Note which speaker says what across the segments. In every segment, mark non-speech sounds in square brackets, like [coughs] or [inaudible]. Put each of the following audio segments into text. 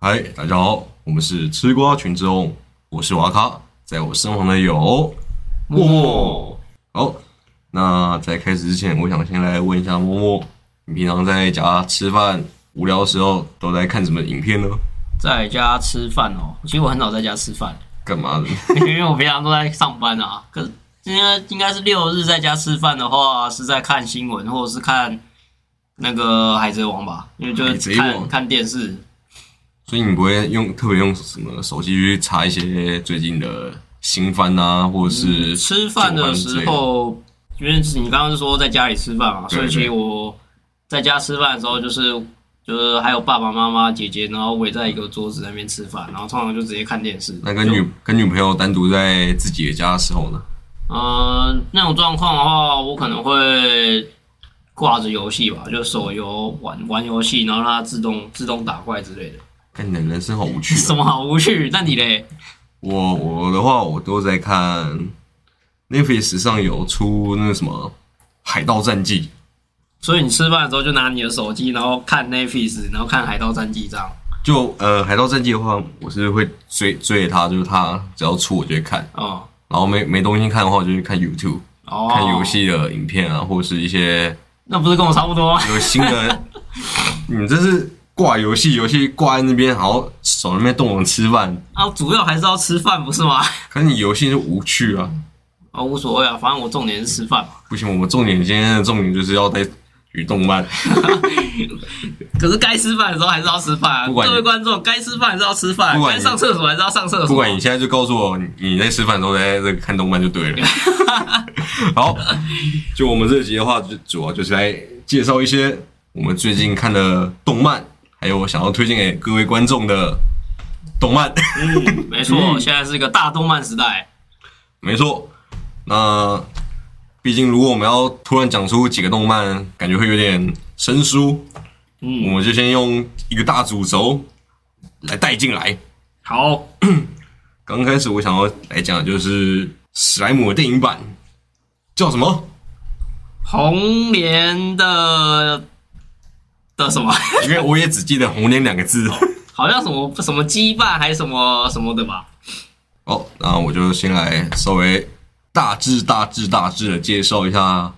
Speaker 1: 嗨，大家好，我们是吃瓜群众，我是瓦卡，在我身旁的有默默。好，那在开始之前，我想先来问一下默默，你平常在家吃饭无聊的时候都在看什么影片呢？
Speaker 2: 在家吃饭哦，其实我很少在家吃饭， [laughs]
Speaker 1: 干嘛的？ [laughs]
Speaker 2: 因为我平常都在上班啊。可是应该应该是六日在家吃饭的话，是在看新闻或者是看那个《海贼王》吧，因为就
Speaker 1: 海
Speaker 2: 是
Speaker 1: 贼王
Speaker 2: 看看电视。
Speaker 1: 所以你不会用特别用什么手机去查一些最近的新番啊，或者是
Speaker 2: 嗯吃饭的
Speaker 1: 旧番之类
Speaker 2: 时
Speaker 1: 的
Speaker 2: 候，因为你刚刚是说在家里吃饭嘛，
Speaker 1: 对
Speaker 2: 所以其
Speaker 1: 对
Speaker 2: 实我在家吃饭的时候，就是就是还有爸爸妈妈、姐姐，然后围在一个桌子那边吃饭，然后通常就直接看电视。
Speaker 1: 那跟
Speaker 2: 就
Speaker 1: 女跟女朋友单独在自己的家的时候呢？
Speaker 2: 呃，那种状况的话，我可能会挂着游戏吧，就手游玩玩游戏，然后让它自动自动打怪之类的。 [laughs]
Speaker 1: 看你的人生好无趣、
Speaker 2: 什
Speaker 1: 啊。
Speaker 2: 么好无趣？那你嘞？
Speaker 1: 我我的话，我都在看 Netflix 上有出那个什么《海盗战记》，
Speaker 2: 所以你吃饭的时候就拿你的手机，然后看 Netflix，然后看《海盗战记》这样。
Speaker 1: 就呃《海盗战记》的话，我是会追追着它，就是它只要出我就会看，
Speaker 2: 哦、
Speaker 1: 然后没没东西看的话，我就去看 YouTube，、
Speaker 2: 哦，
Speaker 1: 看游，戏的影片啊，或者是一些
Speaker 2: 那不是跟我差不多吗？ [laughs]
Speaker 1: 有新的， [laughs] 你这是挂游戏，游戏挂在那边，然后手那边动动吃饭，
Speaker 2: 啊，主要还是要吃饭，不是吗？ [laughs]
Speaker 1: 可是你游戏就无趣啊。
Speaker 2: 啊，无所谓啊，反正我重点是吃饭嘛。
Speaker 1: 不行，我们重点今天的重点就是要在与动漫，
Speaker 2: 可是该吃饭的时候还是要吃饭啊。
Speaker 1: 不管你
Speaker 2: 各位观众，该吃饭还是要吃饭
Speaker 1: 不，管
Speaker 2: 该
Speaker 1: 你
Speaker 2: 上厕所还是要上厕所。
Speaker 1: 不管你现在就告诉我你你在吃饭的时候在这看动漫就对了。好，就我们这集的话，就主要就是来介绍一些我们最近看的动漫，还有我想要推荐给各位观众的动漫。 [laughs]
Speaker 2: 嗯，没错，现在是一个大动漫时代。
Speaker 1: 没错，那毕竟如果我们要突然讲出几个动漫，感觉会有点生疏，我
Speaker 2: 嗯，
Speaker 1: 们就先用一个大主轴来带进来。
Speaker 2: 好，
Speaker 1: 刚开始我想要来讲的就是史莱姆的电影版，叫什么？
Speaker 2: 红莲的的什么， [laughs]
Speaker 1: 因为我也只记得“红莲”两个字。哦
Speaker 2: 好像什么什么羁绊还是什么什么的吧？
Speaker 1: 好，那我就先来稍微大致、大致、大致的介绍一下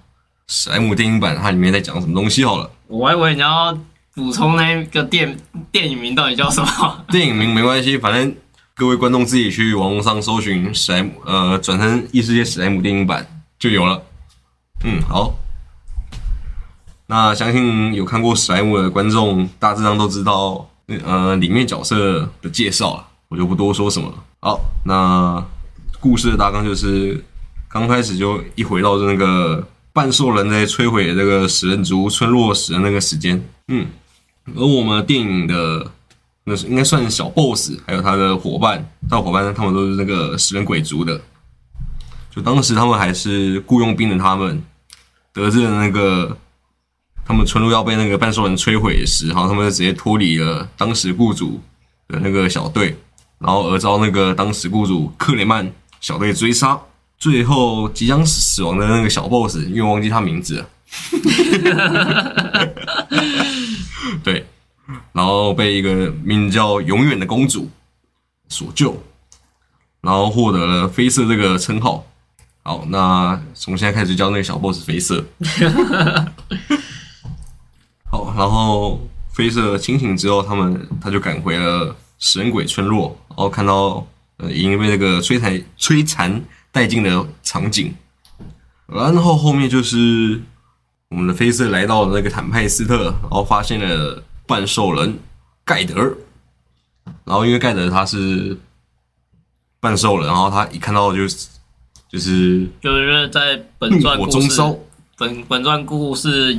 Speaker 1: 史莱姆电影版它里面在讲什么东西好了。
Speaker 2: 我还以为你要补充那个电电影名到底叫什么？ [laughs]
Speaker 1: [laughs] 电影名没关系，反正各位观众自己去网络上搜寻史莱姆，呃，转成异世界史莱姆电影版就有了。嗯，好。那相信有看过史莱姆的观众，大致上都知道，呃，里面角色的介绍了，我就不多说什么了。好，那故事的大纲就是，刚开始就一回到那个半兽人在摧毁这个食人族村落时的那个时间，嗯，而我们电影的那是应该算是小 boss，还有他的伙伴，他的伙伴他们都是那个食人鬼族的。就当时他们还是雇佣兵的，他们得知了那个他们村落要被那个半兽人摧毁时，然后他们就直接脱离了当时雇主的那个小队，然后而遭那个当时雇主克雷曼小队追杀。最后即将死亡的那个小 boss，因为我忘记他名字了。 [laughs] 对，然后被一个名叫“永远的公主”所救，然后获得了“绯色”这个称号。好，那从现在开始就叫那个小 boss 绯色。 [laughs] 好，然后绯色清醒之后，他们他就赶回了食人鬼村落，然后看到呃已经被那个摧残摧残殆尽的场景。然后后面就是我们的菲瑟来到了那个坦派斯特，然后发现了半兽人盖德尔，然后因为盖德尔他是半兽人，然后他一看到就是就是
Speaker 2: 就是在本
Speaker 1: 怒
Speaker 2: 传
Speaker 1: 嗯火
Speaker 2: 故
Speaker 1: 中
Speaker 2: 事
Speaker 1: 烧，
Speaker 2: 本本传故事，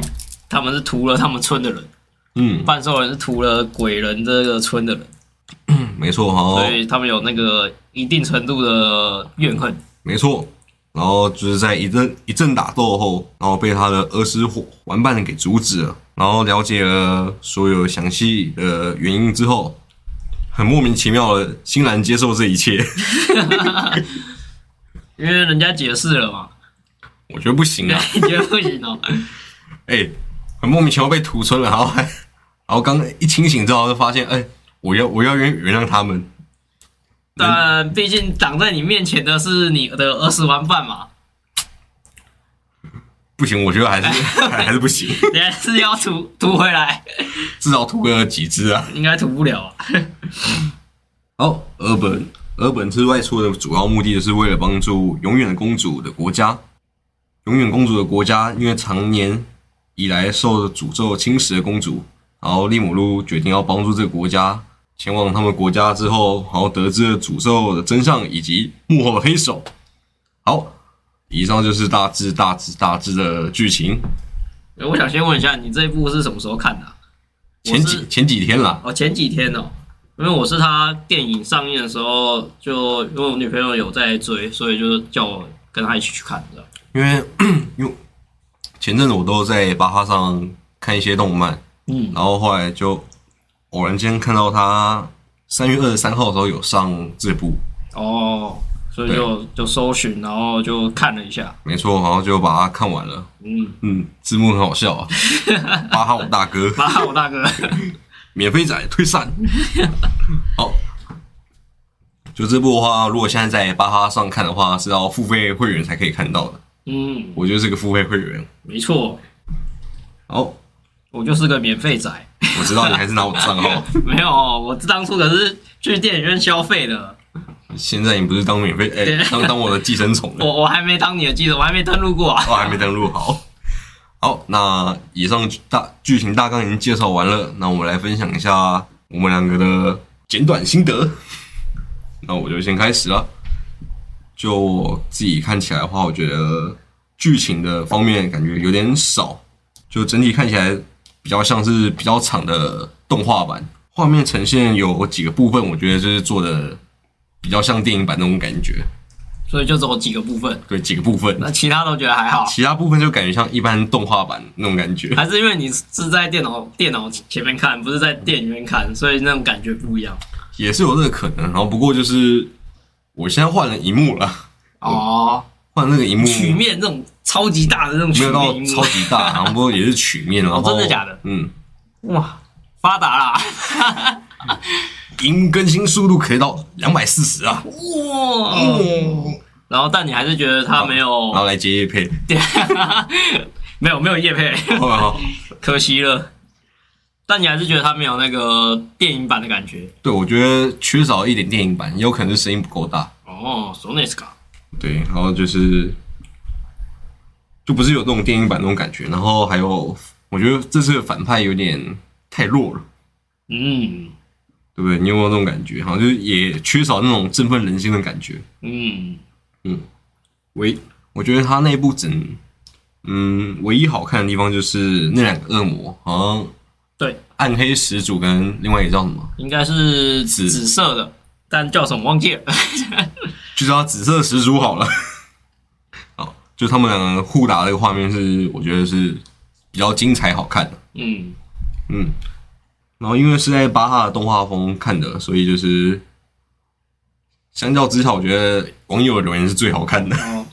Speaker 2: 他们是屠了他们村的人，
Speaker 1: 嗯，
Speaker 2: 半兽人是屠了鬼人这个村的人，
Speaker 1: 嗯没错，然后
Speaker 2: 所以他们有那个一定程度的怨恨。
Speaker 1: 没错，然后就是在一阵一阵打斗后，然后被他的儿时伙玩伴给阻止了，然后了解了所有详细的原因之后，很莫名其妙的欣然接受这一切。
Speaker 2: 因为人家解释
Speaker 1: [laughs]
Speaker 2: 了嘛，
Speaker 1: [laughs] 我觉得不行啊，
Speaker 2: 你觉得不行哦、
Speaker 1: [laughs] 哎、很莫名其妙被屠村了，然后还，然后刚一清醒之后就发现，哎、我要我要原原谅他们。
Speaker 2: 但毕竟挡在你面前的是你的儿时玩伴嘛， [laughs]
Speaker 1: 不行，我觉得还是 [laughs] 还是不行，
Speaker 2: 你还是要吐吐回来，
Speaker 1: 至少吐个几只啊。
Speaker 2: 应该吐不了啊。
Speaker 1: 好，俄本俄本之外出的主要目的就是为了帮助永远公主的国家。永远公主的国家因为常年以来受诅咒侵蚀的公主，然后利姆路决定要帮助这个国家。前往他们国家之后，然后得知了诅咒的真相以及幕后的黑手。好，以上就是大致大致大致的剧情。
Speaker 2: 我想先问一下，你这一部是什么时候看的啊、我
Speaker 1: 前
Speaker 2: 是
Speaker 1: 几前几天啦，
Speaker 2: 哦，前几天哦，因为我是他电影上映的时候，就因为我女朋友有在追，所以就叫我跟她一起去看的。
Speaker 1: 因为 [clears throat] 因为前阵子我都在巴哈上看一些动漫，
Speaker 2: 嗯，
Speaker 1: 然后后来就偶然间看到他三月二十三号的时候有上这部，
Speaker 2: 哦，所以就就搜寻，然后就看了一下。 [laughs]
Speaker 1: 没错，然后就把它看完了。
Speaker 2: 嗯，
Speaker 1: 嗯，字幕很好笑
Speaker 2: [laughs]
Speaker 1: 啊，巴哈我大哥，
Speaker 2: 蛮好，
Speaker 1: [laughs]
Speaker 2: 大哥。
Speaker 1: 免费仔退
Speaker 2: [laughs]
Speaker 1: 散。好，就这部的话，如果现在在巴哈上看的话，是要付费会员才可以看到的。
Speaker 2: 嗯，
Speaker 1: 我就是个付费会员。
Speaker 2: 没错，
Speaker 1: 好，
Speaker 2: 我就是个免费仔。
Speaker 1: 我知道你还是拿我账号。
Speaker 2: 没有，我当初可是去电影院消费的，
Speaker 1: 现在你不是当免费，哎、
Speaker 2: 对
Speaker 1: 当 [laughs] 当我的寄生虫了。
Speaker 2: 我我还没当你的记者，我还没登录过啊。
Speaker 1: 我还没登录好。好，那以上大剧情大纲已经介绍完了，那我们来分享一下我们两个的简短心得。那我就先开始了。就我自己看起来的话，我觉得剧情的方面感觉有点少，就整体看起来比较像是比较长的动画版，画面呈现有几个部分，我觉得就是做的比较像电影版那种感觉，
Speaker 2: 所以就走几个部分，
Speaker 1: 对几个部分。
Speaker 2: 那其他都觉得还好。
Speaker 1: 其他部分就感觉像一般动画版那种感觉。
Speaker 2: 还是因为你是在电脑电脑前面看，不是在电影院看，所以那种感觉不一样。
Speaker 1: 也是有这个可能。然后不过就是我现在换了荧幕了，
Speaker 2: 哦，
Speaker 1: 换那个荧幕
Speaker 2: 曲面这种超级大的那种
Speaker 1: 没
Speaker 2: 曲
Speaker 1: 有
Speaker 2: 面
Speaker 1: 到
Speaker 2: 荧幕
Speaker 1: 超级大，然后不过也是曲面，然后、
Speaker 2: 哦真的假的？
Speaker 1: 嗯，
Speaker 2: 哇，发达啦！
Speaker 1: 荧幕更新速度可以到两百四十啊，
Speaker 2: 哇，
Speaker 1: 嗯
Speaker 2: 然后但你还是觉得它没有
Speaker 1: 然，后来接叶配，
Speaker 2: 没有没有叶配， [laughs]
Speaker 1: 哦
Speaker 2: 可惜了。但你还是觉得它没有那个电影版的感觉
Speaker 1: 对，我觉得缺少一点电影版，也有可能是声音不够大，
Speaker 2: 哦。So nice 卡，
Speaker 1: 对，然后就是就不是有那种电影版那种感觉，然后还有我觉得这次的反派有点太弱了。
Speaker 2: 嗯
Speaker 1: 对不对？你有没有那种感觉？好像就是也缺少那种振奋人心的感觉。
Speaker 2: 嗯，
Speaker 1: 唯我觉得他那部整，嗯，唯一好看的地方就是那两个恶魔，好像
Speaker 2: 对，
Speaker 1: 暗黑始祖跟另外一个叫什么，
Speaker 2: 应该是
Speaker 1: 紫
Speaker 2: 紫色的，但叫什么忘记了。
Speaker 1: 就叫紫色始祖好了。好，就他们两个互打这个画面是，我觉得是比较精彩好看的。
Speaker 2: 嗯，
Speaker 1: 嗯，然后因为是在巴哈的动画风看的，所以就是相较之下，我觉得网友的留言是最好看的。
Speaker 2: 哦，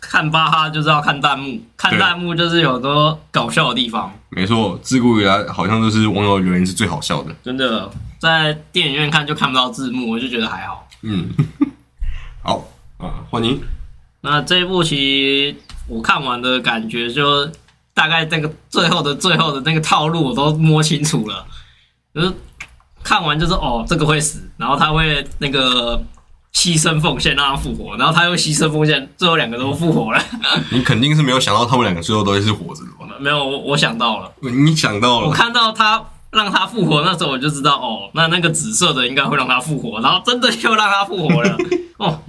Speaker 2: 看巴哈就是要看弹幕，看
Speaker 1: 对
Speaker 2: 弹幕就是有很多搞笑的地方，
Speaker 1: 没错，自古以来好像都是网友留言是最好笑的。
Speaker 2: 真的在电影院看就看不到字幕，我就觉得还好。
Speaker 1: 嗯， [laughs] 好啊，欢迎。
Speaker 2: 那这一部其实我看完的感觉就大概那个最后的最后的那个套路我都摸清楚了，就是看完就是哦这个会死，然后他会那个牺牲奉献让他复活，然后他又牺牲奉献，最后两个都复活了。
Speaker 1: 你肯定是没有想到他们两个最后都是活着的吧？
Speaker 2: 没有，我我想到了，
Speaker 1: 嗯你想到
Speaker 2: 我
Speaker 1: 了，
Speaker 2: 看到他让他复活那时候我就知道哦，那那个紫色的应该会让他复活，然后真的就让他复活了，哦，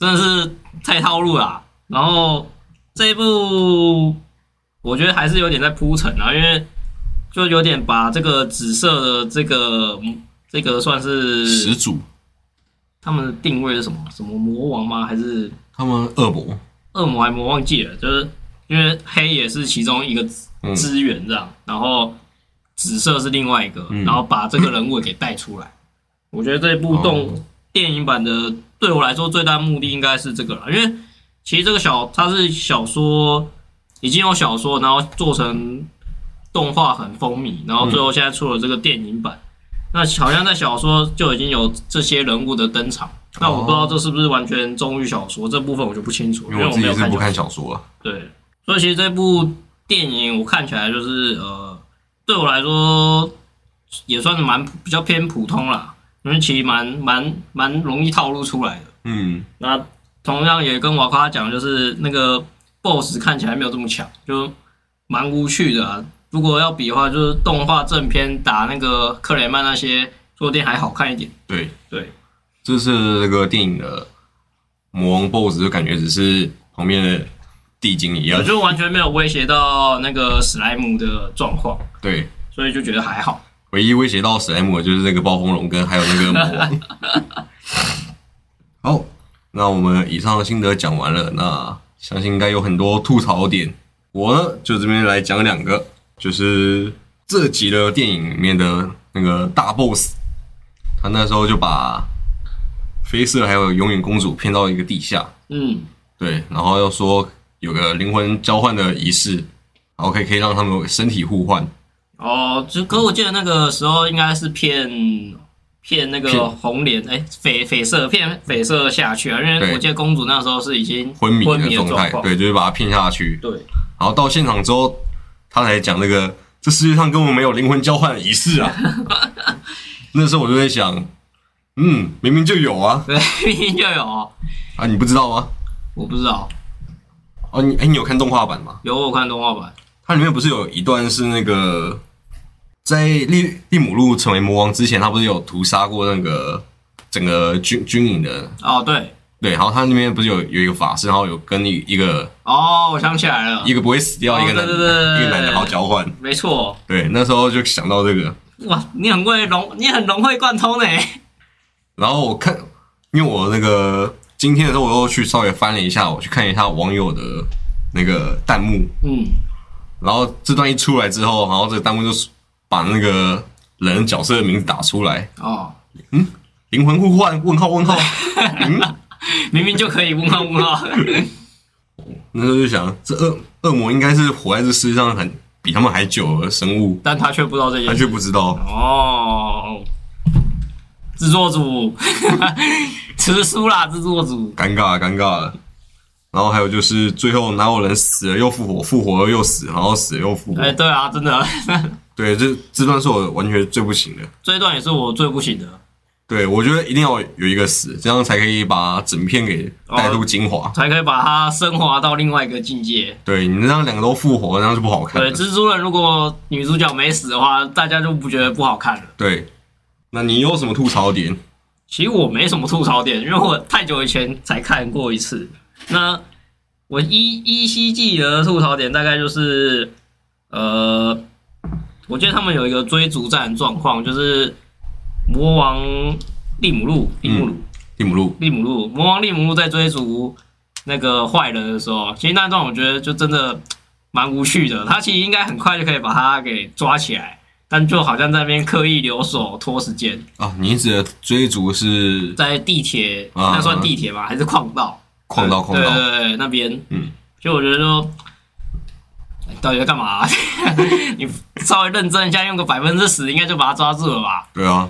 Speaker 2: 真的是太套路了啊、然后这一部我觉得还是有点在铺陈啊，因为就有点把这个紫色的这个这个算
Speaker 1: 始
Speaker 2: 是
Speaker 1: 祖
Speaker 2: 他们的定位是什么？什么魔王吗？还是
Speaker 1: 他们恶魔，
Speaker 2: 恶魔还魔忘记了，就是因为黑也是其中一个资
Speaker 1: 嗯
Speaker 2: 资源这样，然后紫色是另外一个，
Speaker 1: 嗯
Speaker 2: 然后把这个人物给带出来。我觉得这部动、
Speaker 1: 哦
Speaker 2: 电影版的对我来说最大目的应该是这个了，因为其实这个小它是小说已经有小说，然后做成动画很风靡，然后最后现在出了这个电影版。那好像在小说就已经有这些人物的登场。那我不知道这是不是完全忠于小说，这部分我就不清楚，
Speaker 1: 因
Speaker 2: 因
Speaker 1: 为
Speaker 2: 为
Speaker 1: 我
Speaker 2: 我
Speaker 1: 自
Speaker 2: 没
Speaker 1: 己
Speaker 2: 有
Speaker 1: 是
Speaker 2: 看
Speaker 1: 不
Speaker 2: 小说。
Speaker 1: 看小说啊了。
Speaker 2: 对，所以其实这部电影我看起来就是呃，对我来说也算是蛮比较偏普通啦，因为其实蛮蛮蛮容易套路出来的。
Speaker 1: 嗯，
Speaker 2: 那同样也跟瓦夸讲，就是那个 BOSS 看起来没有这么强，就蛮无趣的、啊。如果要比的话，就是动画正片打那个克雷曼那些坐垫还好看一点。
Speaker 1: 对，
Speaker 2: 对，
Speaker 1: 这次这个电影的魔王 BOSS 就感觉只是旁边的地精一样
Speaker 2: 也。就完全没有威胁到那个史莱姆的状况，
Speaker 1: 对，
Speaker 2: 所以就觉得还好。
Speaker 1: 唯一威胁到史莱姆的就是那个暴风龙跟还有那个魔王。好，那我们以上的心得讲完了，那相信应该有很多吐槽点。我呢，就这边来讲两个，就是这集的电影里面的那个大 boss，他那时候就把菲瑟还有永远公主骗到一个地下，
Speaker 2: 嗯，
Speaker 1: 对，然后又说有个灵魂交换的仪式，然后可以可以让他们身体互换，
Speaker 2: 哦，就可我记得那个时候应该是骗骗那个
Speaker 1: 骗
Speaker 2: 红莲，哎、绯绯色骗绯色下去啊，因
Speaker 1: 对
Speaker 2: 为我记得公主那时候是已经
Speaker 1: 昏迷
Speaker 2: 昏
Speaker 1: 的
Speaker 2: 迷的
Speaker 1: 状态，
Speaker 2: 况，
Speaker 1: 对，就是把他骗下去。
Speaker 2: 对
Speaker 1: 然后到现场之后，他才讲那个这世界上根本没有灵魂交换的仪式
Speaker 2: [laughs]
Speaker 1: 啊。那时候我就在想，嗯，明明就有啊，
Speaker 2: 对， [laughs] 明明就有哦，
Speaker 1: 啊，你不知道吗？
Speaker 2: 我不知道，
Speaker 1: 哦，你哎、你有看动画版吗？
Speaker 2: 有我看动画版，
Speaker 1: 它里面不是有一段是那个在利利姆路成为魔王之前，他不是有屠杀过那个整个军军营的？
Speaker 2: 哦对，
Speaker 1: 对，然后他那边不是有有一个法师，然后有跟一一个
Speaker 2: 哦我想起来了
Speaker 1: 一，个不会死掉，
Speaker 2: 哦
Speaker 1: 一个男
Speaker 2: 对对对对
Speaker 1: 一个男的，然后交换。
Speaker 2: 没错，
Speaker 1: 对，那时候就想到这个，
Speaker 2: 哇，你很会融，你很融会贯通呢，
Speaker 1: 然后我看，因为我那个今天的时候，我又去稍微翻了一下，我去看一下网友的那个弹幕，
Speaker 2: 嗯，
Speaker 1: 然后这段一出来之后，然后这个弹幕就把那个人角色的名字打出来，
Speaker 2: 哦，
Speaker 1: 灵魂互换？问号问号？嗯，
Speaker 2: 明明就可以问号问号， [laughs]
Speaker 1: 那时候就想，这恶恶魔应该是活在这世界上很比他们还久的生物，
Speaker 2: 但他却不知道这
Speaker 1: 他
Speaker 2: 件事
Speaker 1: 却，不知道。
Speaker 2: 哦，制作组 [laughs] 吃书啦，制作组。
Speaker 1: 尴尬尴尬了。然后还有就是，最后哪有人死了又复活，复活了又死，然后死了又复活？
Speaker 2: 哎、对啊，真的， [laughs]
Speaker 1: 对，这这段是我完全最不行的。
Speaker 2: 这一段也是我最不行的，
Speaker 1: 对，我觉得一定要有一个死，这样才可以把整片给带入精华。
Speaker 2: 才可以把它升华到另外一个境界。
Speaker 1: 对你这样两个都复活，那样就不好看
Speaker 2: 对，
Speaker 1: 了。
Speaker 2: 蜘蛛人如果女主角没死的话，大家就不觉得不好看了。
Speaker 1: 对，那你有什么吐槽点？
Speaker 2: 其实我没什么吐槽点，因为我太久以前才看过一次。那我依依稀记得的吐槽点大概就是，呃，我记得他们有一个追逐战的状况，就是魔王利姆路、利姆鲁、
Speaker 1: 蒂姆路，
Speaker 2: 利姆路，魔王利姆路在追逐那个坏人的时候，啊其实那段我觉得就真的蛮无趣的。他其实应该很快就可以把他给抓起来，但就好像在那边刻意留守拖时间，
Speaker 1: 啊，你指的追逐是
Speaker 2: 在地铁、
Speaker 1: 啊
Speaker 2: 那算地铁吗？还是矿道？
Speaker 1: 矿道矿
Speaker 2: 对
Speaker 1: 道？
Speaker 2: 对对对，那边
Speaker 1: 嗯，
Speaker 2: 所以我觉得说。哎到底在干嘛、 [laughs] 你稍微认真一下，用个百分之十，应该就把他抓住了吧？
Speaker 1: 对啊，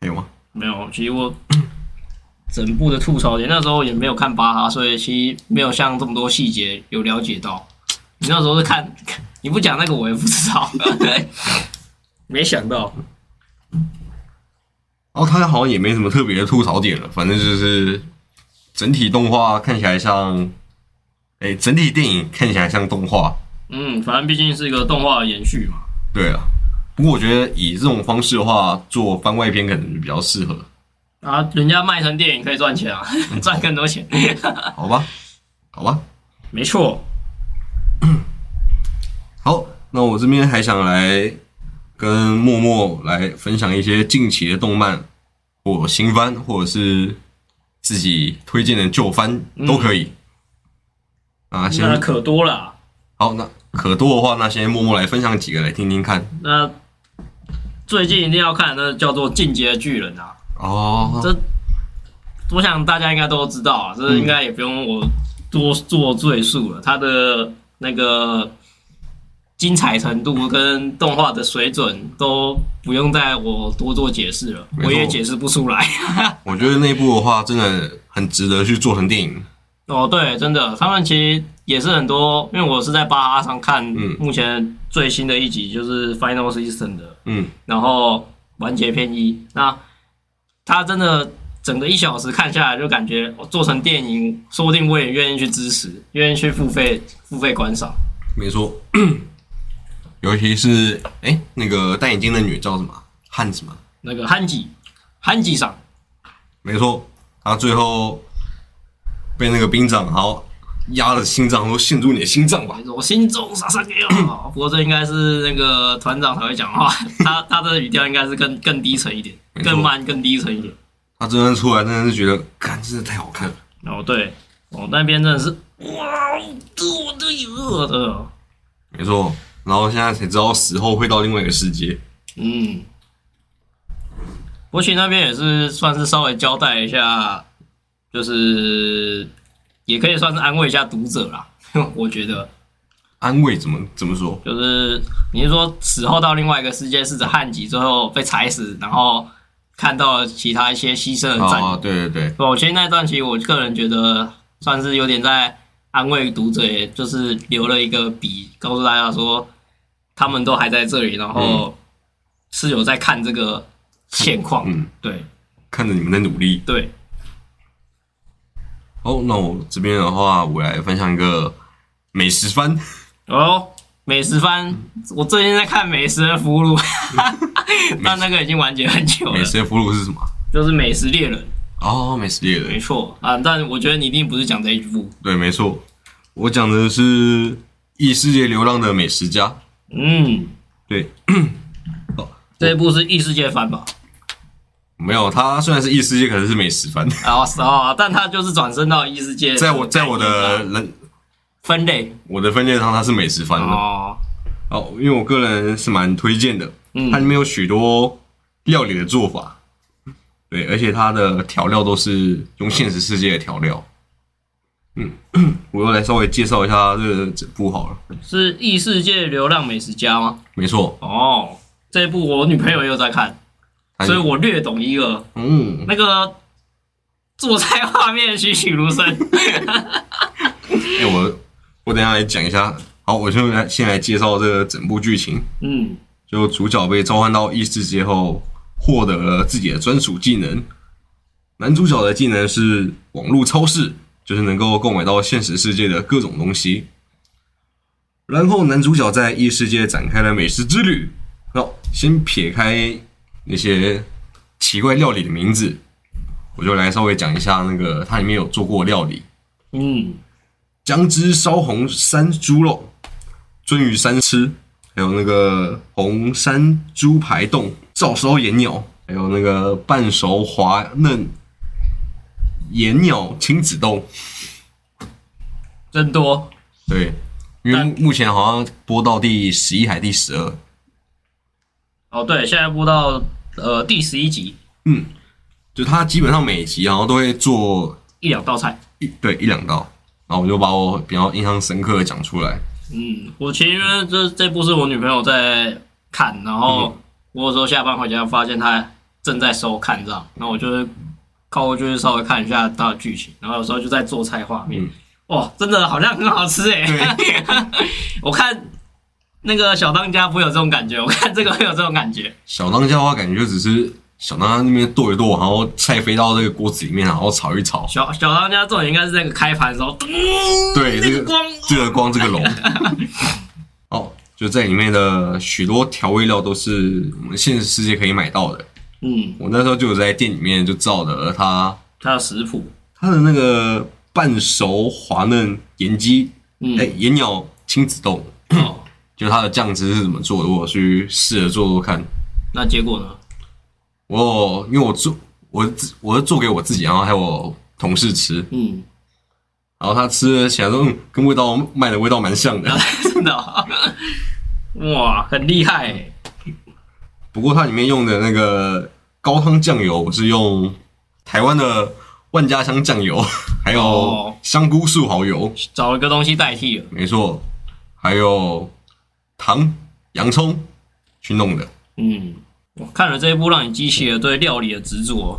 Speaker 1: 还有吗？
Speaker 2: 没有，其
Speaker 1: [coughs]
Speaker 2: 实我整部的吐槽点，那时候也没有看巴哈，所以其实没有像这么多细节有了解到。你那时候是看， [laughs] 你不讲那个我也不
Speaker 1: [laughs]
Speaker 2: 知道， [laughs] 没想到。
Speaker 1: 然后它哦好像也没什么特别的吐槽点了，反正就是整体动画看起来像，哎、整体电影看起来像动画。
Speaker 2: 嗯，反正毕竟是一个动画的延续嘛。
Speaker 1: 对啊，不过我觉得以这种方式的话，做番外篇可能比较适
Speaker 2: [laughs]
Speaker 1: 合，
Speaker 2: 啊，人家卖成电影可以赚钱啊，赚更多钱。
Speaker 1: 好吧？好吧，
Speaker 2: 没错，
Speaker 1: 好，那我这边还想来跟默默来分享一些近期的动漫或新番，或者是自己推荐的旧番都可以。啊，先
Speaker 2: 嗯那可多了啊。
Speaker 1: 好，那可多的话，那先默默来分享几个来听听看。
Speaker 2: 那最近一定要看的那叫做《进阶巨人》啊，
Speaker 1: 哦，
Speaker 2: 这我想大家应该都知道啊，这应该也不用我多做赘述了。它的那个精彩程度跟动画的水准都不用再我多做解释了，
Speaker 1: 没错
Speaker 2: 我也解释不出来。
Speaker 1: 我觉得那部的话，真的很值得去做成电影。
Speaker 2: 哦，对，真的，他们其实也是很多，因为我是在巴哈上看，
Speaker 1: 嗯
Speaker 2: 目前最新的一集就是 Final Season 的，
Speaker 1: 嗯，
Speaker 2: 然后完结篇一，那他真的整个一小时看下来，就感觉哦做成电影，说不定我也愿意去支持，愿意去付费付费观赏。
Speaker 1: 没错。尤其是哎、那个戴眼镜的女叫什么？汉子吗？
Speaker 2: 那个憨吉，憨吉赏，
Speaker 1: 没错，她最后被那个兵长好压了心脏，说献出你的心脏吧。
Speaker 2: 我心中杀杀给我。不过这应该是那个团长才会讲话，他他的语调应该是更更低沉一点，
Speaker 1: 没错
Speaker 2: 更慢更低沉一点。
Speaker 1: 她真的出来，真的是觉得，看，真的太好看了。
Speaker 2: 哦，对，哦那边真的是哇，这我都有的，
Speaker 1: 没错，然后现在才知道死后会到另外一个世界。
Speaker 2: 嗯。博奇那边也是算是稍微交代一下，就是也可以算是安慰一下读者啦。 [laughs] 我觉得，
Speaker 1: 安慰怎么怎么说？
Speaker 2: 就是你是说死后到另外一个世界，是指汉吉最后被踩死，然后看到了其他一些牺牲的战友
Speaker 1: 啊，对对对，
Speaker 2: 对我其实那段其实我个人觉得算是有点在安慰读者，也就是留了一个笔，告诉大家说他们都还在这里，然后是有在看这个现况。
Speaker 1: 嗯，
Speaker 2: 对
Speaker 1: 看着你们的努力。
Speaker 2: 对，
Speaker 1: 好，那我这边的话，我来分享一个美食番。
Speaker 2: 哦，美食番，
Speaker 1: 嗯
Speaker 2: 我最近在看《美食的俘虏》， [laughs] 但那个已经完结很久了
Speaker 1: 美，食的俘虏是什么？
Speaker 2: 就是《美食猎人》。
Speaker 1: 哦，美食猎
Speaker 2: 没
Speaker 1: 人。
Speaker 2: 错啊，但我觉得你一定不是讲这一部。
Speaker 1: 对，没错，我讲的是异世界流浪的美食家。
Speaker 2: 嗯，
Speaker 1: 对，
Speaker 2: 这一部是异世界番吧？
Speaker 1: 没有，它虽然是异世界，可是是美食番。
Speaker 2: 啊是啊，但它就是转身到异世界。
Speaker 1: 在我在我的人
Speaker 2: 分类
Speaker 1: 我的分类上，它是美食番的。
Speaker 2: 哦，
Speaker 1: 哦，因为我个人是蛮推荐的，
Speaker 2: 嗯
Speaker 1: 它里面有许多料理的做法，对，而且它的调料都是用现实世界的调料。嗯， [coughs] 我又来稍微介绍一下这个这部好了。
Speaker 2: 是异世界流浪美食家吗？
Speaker 1: 没错，
Speaker 2: 哦，这一部我女朋友又在看，
Speaker 1: 它
Speaker 2: 所以我略懂一二。
Speaker 1: 嗯，
Speaker 2: 那个做菜画面栩栩如生，
Speaker 1: 哎、我我等一下来讲一下。好，我就来先来介绍这个整部剧情。
Speaker 2: 嗯，
Speaker 1: 就主角被召唤到异世界后，获得了自己的专属技能。男主角的技能是网络超市，就是能够购买到现实世界的各种东西。然后男主角在异世界展开了美食之旅。那先撇开那些奇怪料理的名字，我就来稍微讲一下那个它里面有做过的料理：
Speaker 2: 嗯，
Speaker 1: 姜汁烧红山猪肉、鳟鱼三吃，还有那个红山猪排冻、照烧盐鸟，还有那个半熟滑嫩盐鸟亲子冻。
Speaker 2: 真多。
Speaker 1: 对，因为
Speaker 2: 但
Speaker 1: 目前好像播到第十一还第十二。
Speaker 2: 哦，对，现在播到呃第十一集，
Speaker 1: 就它基本上每集好像都会做
Speaker 2: 一两道菜。
Speaker 1: 一对一两道，然后我就把我比较印象深刻的讲出来。
Speaker 2: 嗯，我其实因为这这部是我女朋友在看，然后我有时候下班回家发现她正在收看这样，那我就是靠过去稍微看一下它的剧情，然后有时候就在做菜画面，
Speaker 1: 嗯
Speaker 2: 哇，真的好像很好吃哎、 [laughs] 我看那个小当家不会有这种感觉，我看这个会有这种感觉，
Speaker 1: 小当家的话，感觉就只是小当家那边剁一剁，然后菜飞到这个锅子里面，然后炒一炒。
Speaker 2: 小小当家这种应该是那个开盘的时候，咚，
Speaker 1: 对
Speaker 2: [laughs] 那
Speaker 1: 这
Speaker 2: 个
Speaker 1: 个
Speaker 2: 光，
Speaker 1: 这个光这个
Speaker 2: [laughs]
Speaker 1: 龙。哦，就在里面的许多调味料都是我们现实世界可以买到的。
Speaker 2: 嗯，
Speaker 1: 我那时候就有在店里面就照的它
Speaker 2: 它的食谱，
Speaker 1: 它的那个半熟滑嫩盐鸡，
Speaker 2: 嗯，
Speaker 1: 哎、盐鸟亲子冻，
Speaker 2: 哦，
Speaker 1: 就它的酱汁是怎么做的，我有去试着做做看。
Speaker 2: 那结果呢？
Speaker 1: 我因为我做我自我是做给我自己，然后还有我同事吃，
Speaker 2: 嗯，
Speaker 1: 然后他吃了起来说，嗯，跟味道卖的味道蛮像的。
Speaker 2: 真的哦、哇，很厉害欸、
Speaker 1: 不过它里面用的那个高汤酱油，我是用台湾的万家香酱油， [laughs] 还有
Speaker 2: 哦
Speaker 1: 香菇素蚝油，
Speaker 2: 找了个东西代替了。
Speaker 1: 没错，还有糖、洋葱去弄的。
Speaker 2: 嗯，我看了这一部，让你激起了对料理的执着。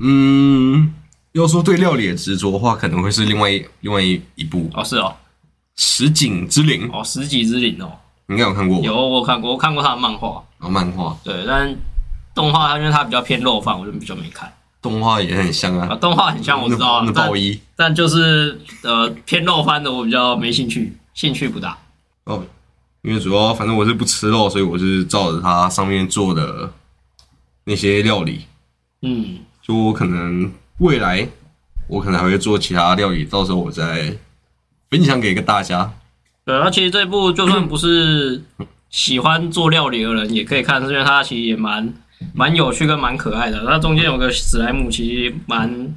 Speaker 1: 嗯，要说对料理的执着的话，可能会是另外一另外一一部《
Speaker 2: 哦，是哦，
Speaker 1: 石井之灵》，
Speaker 2: 哦，十几之灵哦，
Speaker 1: 你应该有看过吧？
Speaker 2: 有我有看过，我看过他的漫画，
Speaker 1: 然后漫画、
Speaker 2: 对，但动画因为它比较偏肉饭，我就比较没看。
Speaker 1: 动画也很像
Speaker 2: 啊，
Speaker 1: 啊。
Speaker 2: 动画很像我知道啊
Speaker 1: 那，
Speaker 2: 但
Speaker 1: 暴衣
Speaker 2: 但就是呃偏肉番的我比较没兴趣，兴趣不大。
Speaker 1: 哦，因为主要反正我是不吃肉，所以我是照着它上面做的那些料理。
Speaker 2: 嗯，
Speaker 1: 就我可能未来我可能还会做其他料理，到时候我再分享给大家。
Speaker 2: 对，那其实这部就算不是喜欢做料理的人也可以看，是因为它其实也蛮蛮有趣跟蛮可爱的。那中间有个史莱姆，其实蛮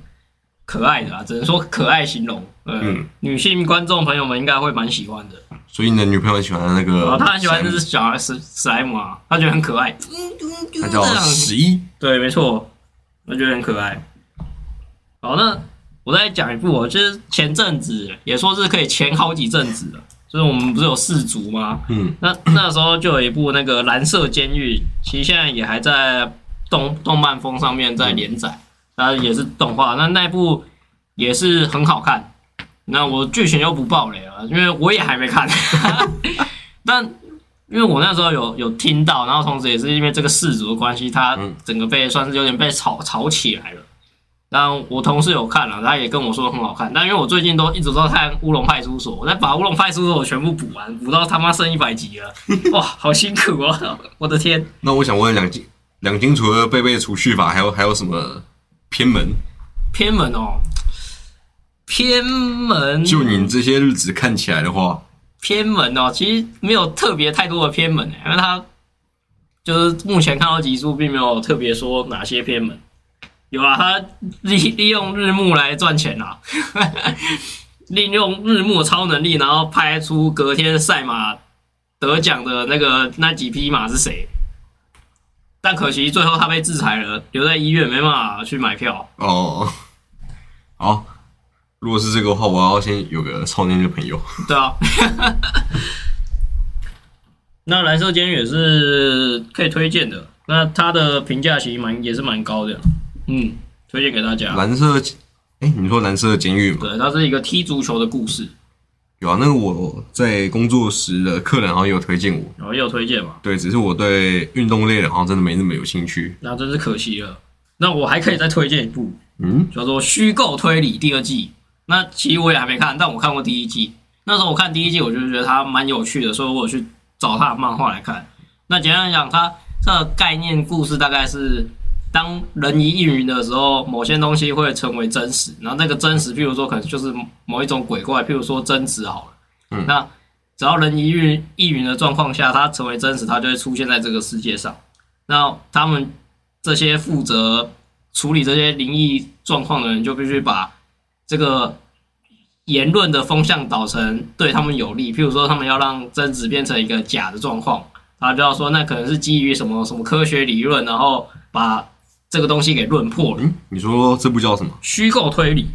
Speaker 2: 可爱的啊，只能说可爱形容。嗯
Speaker 1: 嗯，
Speaker 2: 女性观众朋友们应该会蛮喜欢的。
Speaker 1: 所以你的女朋友喜欢那个，
Speaker 2: 然后哦她很喜欢这只小孩史史莱姆啊，她觉得很可爱。
Speaker 1: 它叫十一，
Speaker 2: 对，没错，我觉得很可爱。好，那我再讲一部哦，就是前阵子也说是可以前好几阵子了，就是我们不是有四组吗？
Speaker 1: 嗯，
Speaker 2: 那那时候就有一部那个《蓝色监狱》，其实现在也还在动动漫风上面在连载，它也是动画，那那部也是很好看。那我剧情又不爆雷了，因为我也还没看， [laughs] 但因为我那时候有有听到，然后同时也是因为这个事主的关系，他
Speaker 1: 嗯
Speaker 2: 整个被算是有点被炒炒起来了。但我同事有看了、他也跟我说很好看。但因为我最近都一直都在看《乌龙派出所》，我在把《乌龙派出所》全部补完，补到他妈剩一百集了，哇，好辛苦哦！我的天，
Speaker 1: 那我想问两金两金除了贝贝除序法，还有还有什么偏门？
Speaker 2: 偏门哦，偏门，
Speaker 1: 就你这些日子看起来的话，
Speaker 2: 偏门哦，其实没有特别太多的偏门、欸因为它就是目前看到集数，并没有特别说哪些偏门。有啊，他利利用日暮来赚钱啊， [laughs] 利用日暮超能力，然后拍出隔天赛马得奖的那个那几匹马是谁。但可惜最后他被制裁了，留在医院没办法去买票。
Speaker 1: 哦，好，如果是这个的话，我要先有个少年的朋友，
Speaker 2: 对啊。 [laughs] 那蓝色监狱也是可以推荐的，那它的评价其实蛮也是蛮高的，嗯，推荐给大家。
Speaker 1: 蓝色，哎、你说蓝色监狱吗？
Speaker 2: 对，它是一个踢足球的故事，
Speaker 1: 有啊，那个我在工作时的客人好像有推荐我，
Speaker 2: 然后也有推荐嘛，
Speaker 1: 对，只是我对运动类的好像真的没那么有兴趣。
Speaker 2: 那真是可惜了。那我还可以再推荐一部，
Speaker 1: 嗯，
Speaker 2: 叫做《虚构推理》第二季。那其实我也还没看，但我看过第一季。那时候我看第一季，我就觉得它蛮有趣的，所以我有去找它的漫画来看。那简单来讲，它这个概念故事大概是，当人云亦云的时候，某些东西会成为真实。然后那个真实，譬如说可能就是某一种鬼怪，譬如说贞子好了。
Speaker 1: 嗯
Speaker 2: 那只要人云亦云亦云的状况下，它成为真实，它就会出现在这个世界上。那他们这些负责处理这些灵异状况的人，就必须把这个言论的风向导成对他们有利。譬如说，他们要让贞子变成一个假的状况，他就要说那可能是基于什么什么科学理论，然后把这个东西给论破了。
Speaker 1: 嗯，你说这部叫什么？
Speaker 2: 虚构推理，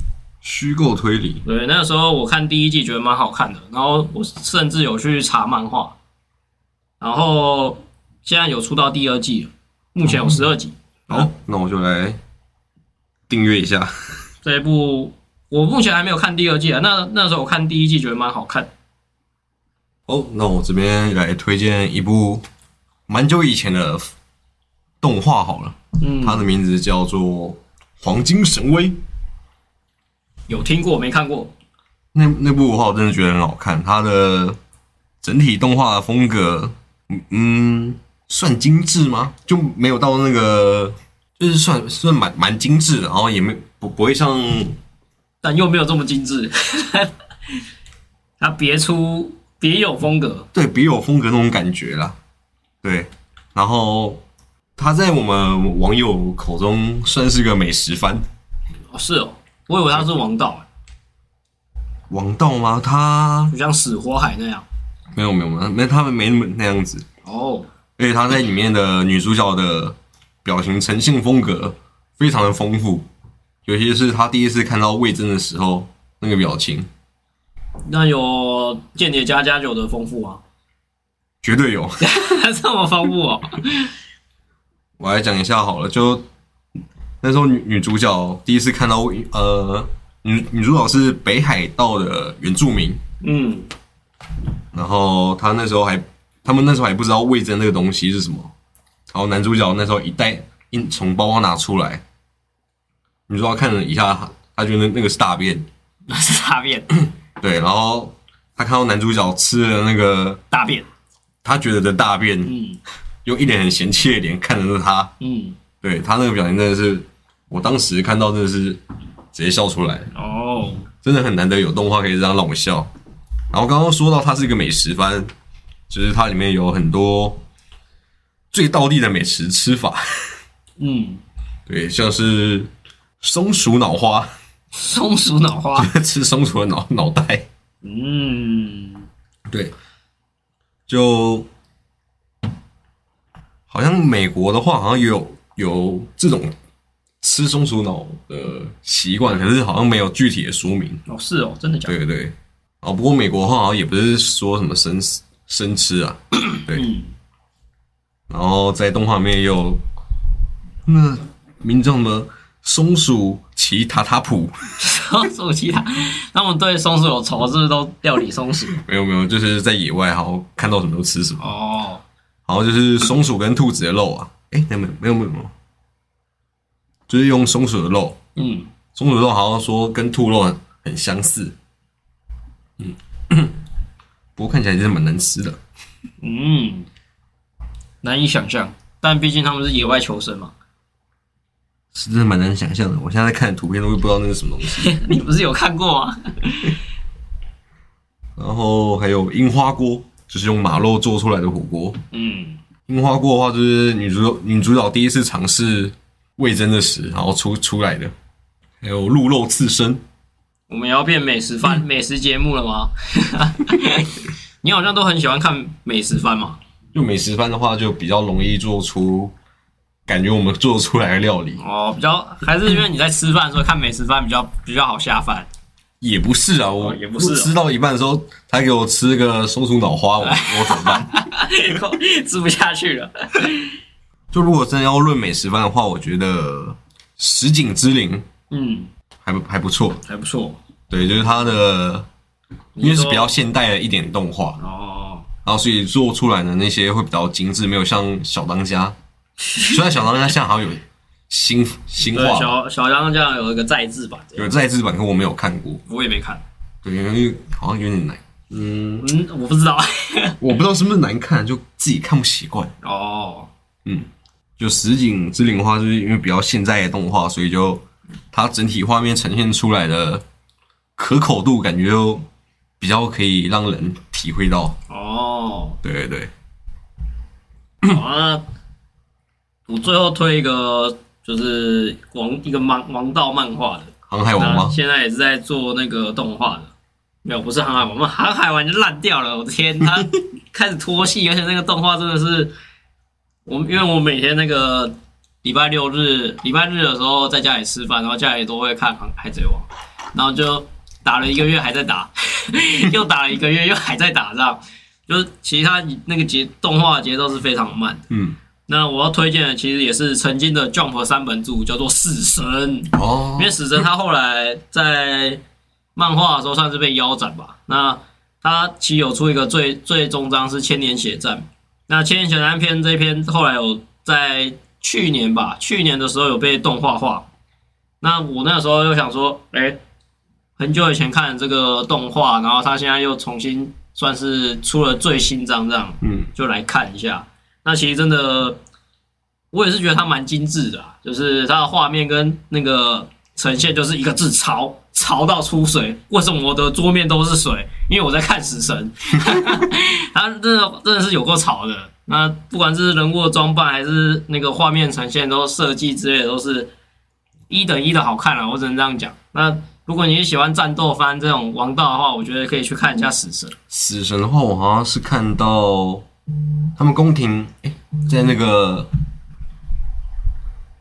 Speaker 1: 虚构推理。
Speaker 2: 对，那时候我看第一季觉得蛮好看的，然后我甚至有去查漫画，然后现在有出到第二季了，目前有十二集。
Speaker 1: 好，那我就来订阅一下。
Speaker 2: 这一部我目前还没有看第二季啊，那那时候我看第一季觉得蛮好看，
Speaker 1: 哦，那我这边来推荐一部蛮久以前的动画好了，
Speaker 2: 嗯，
Speaker 1: 它的名字叫做《黄金神威》。
Speaker 2: 有听过没看过？
Speaker 1: 那那部的话，我真的觉得很好看。它的整体动画风格，嗯嗯，算精致吗？就没有到那个，就是算算蛮蛮精致的，然后也没不不会像
Speaker 2: 但又没有这么精致， [laughs] 它别出别有风格，
Speaker 1: 对别有风格那种感觉啦。对，然后它在我们网友口中算是个美食番，
Speaker 2: 哦是哦，我以为它是王道、欸，
Speaker 1: 王道吗？它
Speaker 2: 就像死火海那样。
Speaker 1: 没有没有没有，那他们没那么那样子。
Speaker 2: 哦，
Speaker 1: 而且她在里面的女主角的表情呈现风格非常的丰富，尤其是她第一次看到魏征的时候那个表情，
Speaker 2: 那有《间谍加加酒》的丰富啊，
Speaker 1: 绝对有。
Speaker 2: [laughs]
Speaker 1: [laughs]
Speaker 2: 这么丰富哦。
Speaker 1: 我来讲一下好了，就那时候女女主角第一次看到呃，女女主角是北海道的原住民，
Speaker 2: 嗯，
Speaker 1: 然后她那时候还，他们那时候还不知道味噌这个东西是什么，然后男主角那时候一袋一从包包拿出来，女主角看了一下，她觉得那个是大便，
Speaker 2: 是大便，
Speaker 1: 对，然后她看到男主角吃了那个
Speaker 2: 大便。
Speaker 1: 她觉得的大便，
Speaker 2: 嗯
Speaker 1: 用一脸很嫌弃的脸看着他，
Speaker 2: 嗯，
Speaker 1: 对他那个表情真的是，我当时看到真的是直接笑出来，
Speaker 2: 哦，
Speaker 1: 真的很难得有动画可以这样让我笑。然后刚刚说到它是一个美食番，就是它里面有很多最道地的美食吃法，
Speaker 2: 嗯，
Speaker 1: 对，像是松鼠脑花， [laughs]
Speaker 2: 松鼠脑花。
Speaker 1: 吃松鼠的脑脑袋，
Speaker 2: 嗯，
Speaker 1: 对，就好像美国的话，好像也有有这种吃松鼠脑的习惯，可是好像没有具体的说明。
Speaker 2: 哦是哦，真的假的？
Speaker 1: 对对对，哦，不过美国的话好像也不是说什么生生吃啊，对。
Speaker 2: 嗯
Speaker 1: 然后在动画里面也有那名叫什么松鼠骑塔塔普，
Speaker 2: 松鼠其他，他们对松鼠有仇，是不是都料理松鼠？
Speaker 1: 没有没有，就是在野外，然后看到什么都吃什么。
Speaker 2: 哦，
Speaker 1: 然后就是松鼠跟兔子的肉啊，哎、没有没有没有没有，就是用松鼠的肉，
Speaker 2: 嗯，
Speaker 1: 松鼠肉好像说跟兔肉很很相似，嗯， [coughs] 不过看起来就是蛮难吃的。
Speaker 2: 嗯，难以想象，但毕竟他们是野外求生嘛。
Speaker 1: 是真的蛮难想象的，我现在看图片都不知道那是什么东西。
Speaker 2: [laughs] 你不是有看过吗？
Speaker 1: 然后还有樱花锅，就是用马肉做出来的火锅。
Speaker 2: 嗯，
Speaker 1: 樱花锅的话，就是女主角女主角第一次尝试味增的食，然后出出来的。还有鹿肉刺身，
Speaker 2: 我们要变美食番、美食节目了吗？ [laughs] 你好像都很喜欢看美食番嘛？
Speaker 1: 就美食番的话，就比较容易做出感觉我们做出来的料理，
Speaker 2: 哦，比较还是因为你在吃饭的时候看美食番比较比较好下饭。
Speaker 1: 也不是啊。我、
Speaker 2: 哦也不是啊
Speaker 1: 吃到一半的时候，他给我吃个松鼠脑花，我我怎么办？
Speaker 2: [laughs]
Speaker 1: [laughs]
Speaker 2: 吃不下去了。
Speaker 1: 就如果真的要论美食番的话，我觉得《石井之灵》
Speaker 2: 嗯，
Speaker 1: 还不还不错。
Speaker 2: 还不错。
Speaker 1: 对，就是它的，因为
Speaker 2: 你
Speaker 1: 是
Speaker 2: 说
Speaker 1: 比较现代的一点动画，
Speaker 2: 哦，
Speaker 1: 然后所以做出来的那些会比较精致，没有像小当
Speaker 2: [laughs]
Speaker 1: 家。虽然小当家现在好像有新新
Speaker 2: 对，
Speaker 1: 化版，
Speaker 2: 小小张这样有一个再制版，
Speaker 1: 有在制版，可我没有看过。
Speaker 2: 我也没看。
Speaker 1: 对，因为好像有点难，嗯，
Speaker 2: 嗯，我不知道。 [laughs]
Speaker 1: 我不知道是不是难看，就自己看不习惯。
Speaker 2: 哦，
Speaker 1: 就《实景之灵》的话，就是因为比较现代的动画，所以就它整体画面呈现出来的可口度，感觉就比较可以让人体会到。
Speaker 2: 哦，
Speaker 1: 对对对。
Speaker 2: 好那我最后推一个，就是王一个王王道漫画的，
Speaker 1: 航海王
Speaker 2: 那
Speaker 1: 吗？
Speaker 2: 现在也是在做那个动画的。没有，不是航海王，我们航海王就烂掉了。我的天，他开始拖戏，而且那个动画真的是，我因为我每天那个礼拜六日、礼拜日的时候在家里吃饭，然后家里都会看航《海贼王》，然后就打了一个月还在打， [laughs] 又打了一个月又还在打，这样就是其实他那个节动画的节奏是非常慢的。
Speaker 1: 嗯，
Speaker 2: 那我要推荐的其实也是曾经的 Jump 三本柱，叫做《死神》。
Speaker 1: 哦
Speaker 2: 因为死神他后来在漫画的时候算是被腰斩吧。那他其实有出一个最最终章是《千年血战》，那《千年血战》篇这一篇后来有在去年吧，去年的时候有被动画化。那我那时候又想说，哎、很久以前看的这个动画，然后他现在又重新算是出了最新章这样，
Speaker 1: 嗯，
Speaker 2: 就来看一下。那其实真的，我也是觉得它蛮精致的、啊，就是它的画面跟那个呈现就是一个字潮，潮到出水。为什么我的桌面都是水？因为我在看死神， [laughs] 它真的真的是有够潮的。那不管是人物的装扮还是那个画面呈现，都设计之类的，都是一等一的好看了、啊我只能这样讲。那如果你喜欢战斗番这种王道的话，我觉得可以去看一下死神。
Speaker 1: 死神的话，我好像是看到他们宫廷，诶在那个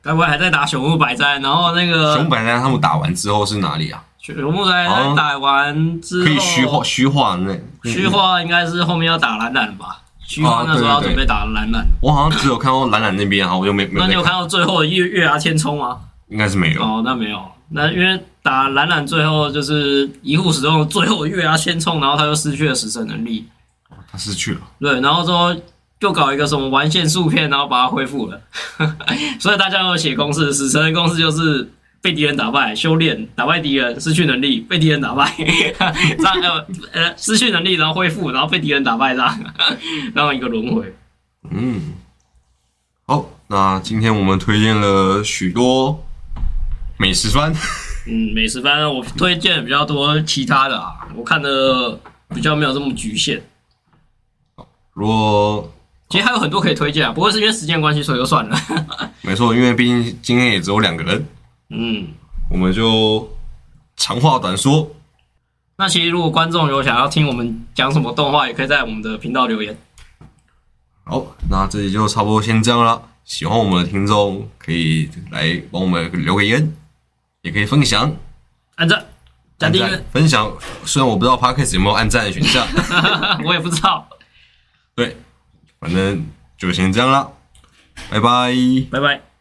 Speaker 2: 该不会还在打朽木百斋，然后那个
Speaker 1: 熊本山他们打完之后是哪里啊？
Speaker 2: 朽木百斋打完之后，
Speaker 1: 可以虚化，虚化那
Speaker 2: 虚，化应该是后面要打蓝染吧？菊花
Speaker 1: 啊
Speaker 2: 那时候要准备打蓝蓝，
Speaker 1: 我好像只有看到懒懒那边，然后我就没没
Speaker 2: 那你
Speaker 1: 有
Speaker 2: 有
Speaker 1: 再
Speaker 2: 看，到最后的月月牙千冲吗？
Speaker 1: 应该是没有。
Speaker 2: 哦，那没有，那因为打蓝蓝最后就是一护使用最后的月牙千冲，然后他就失去了死神能力，
Speaker 1: 他失去了，
Speaker 2: 对，然后之后又搞一个什么完线术片，然后把它恢复了， [laughs] 所以大家有写公式，死神的公式就是。被敌人打败，修炼，打败敌人，失去能力，被敌人打败， [laughs] 这样呃呃失去能力，然后恢复，然后被敌人打败，这 [laughs] 样，然后一个轮回。
Speaker 1: 嗯。好，那今天我们推荐了许多美食番， [laughs]
Speaker 2: 嗯，美食番我推荐比较多其他的啊，我看的比较没有这么局限。
Speaker 1: 如果
Speaker 2: 其实还有很多可以推荐啊，不过是因为时间关系，所以就算了。 [laughs]
Speaker 1: 没错，因为毕竟今天也只有两个人，
Speaker 2: 嗯，
Speaker 1: 我们就长话短说。
Speaker 2: 那其实如果观众有想要听我们讲什么动画，也可以在我们的频道留言。
Speaker 1: 好，那这里就差不多先这样了。喜欢我们的听众可以来帮我们留个言，也可以分享、
Speaker 2: 按赞、加
Speaker 1: 按
Speaker 2: 订
Speaker 1: 赞
Speaker 2: 阅，、
Speaker 1: 分享。虽然我不知道 Podcast 有没有按赞的选项， [laughs]
Speaker 2: [laughs] 我也不知道。
Speaker 1: 对，反正就先这样了，拜拜。
Speaker 2: 拜拜。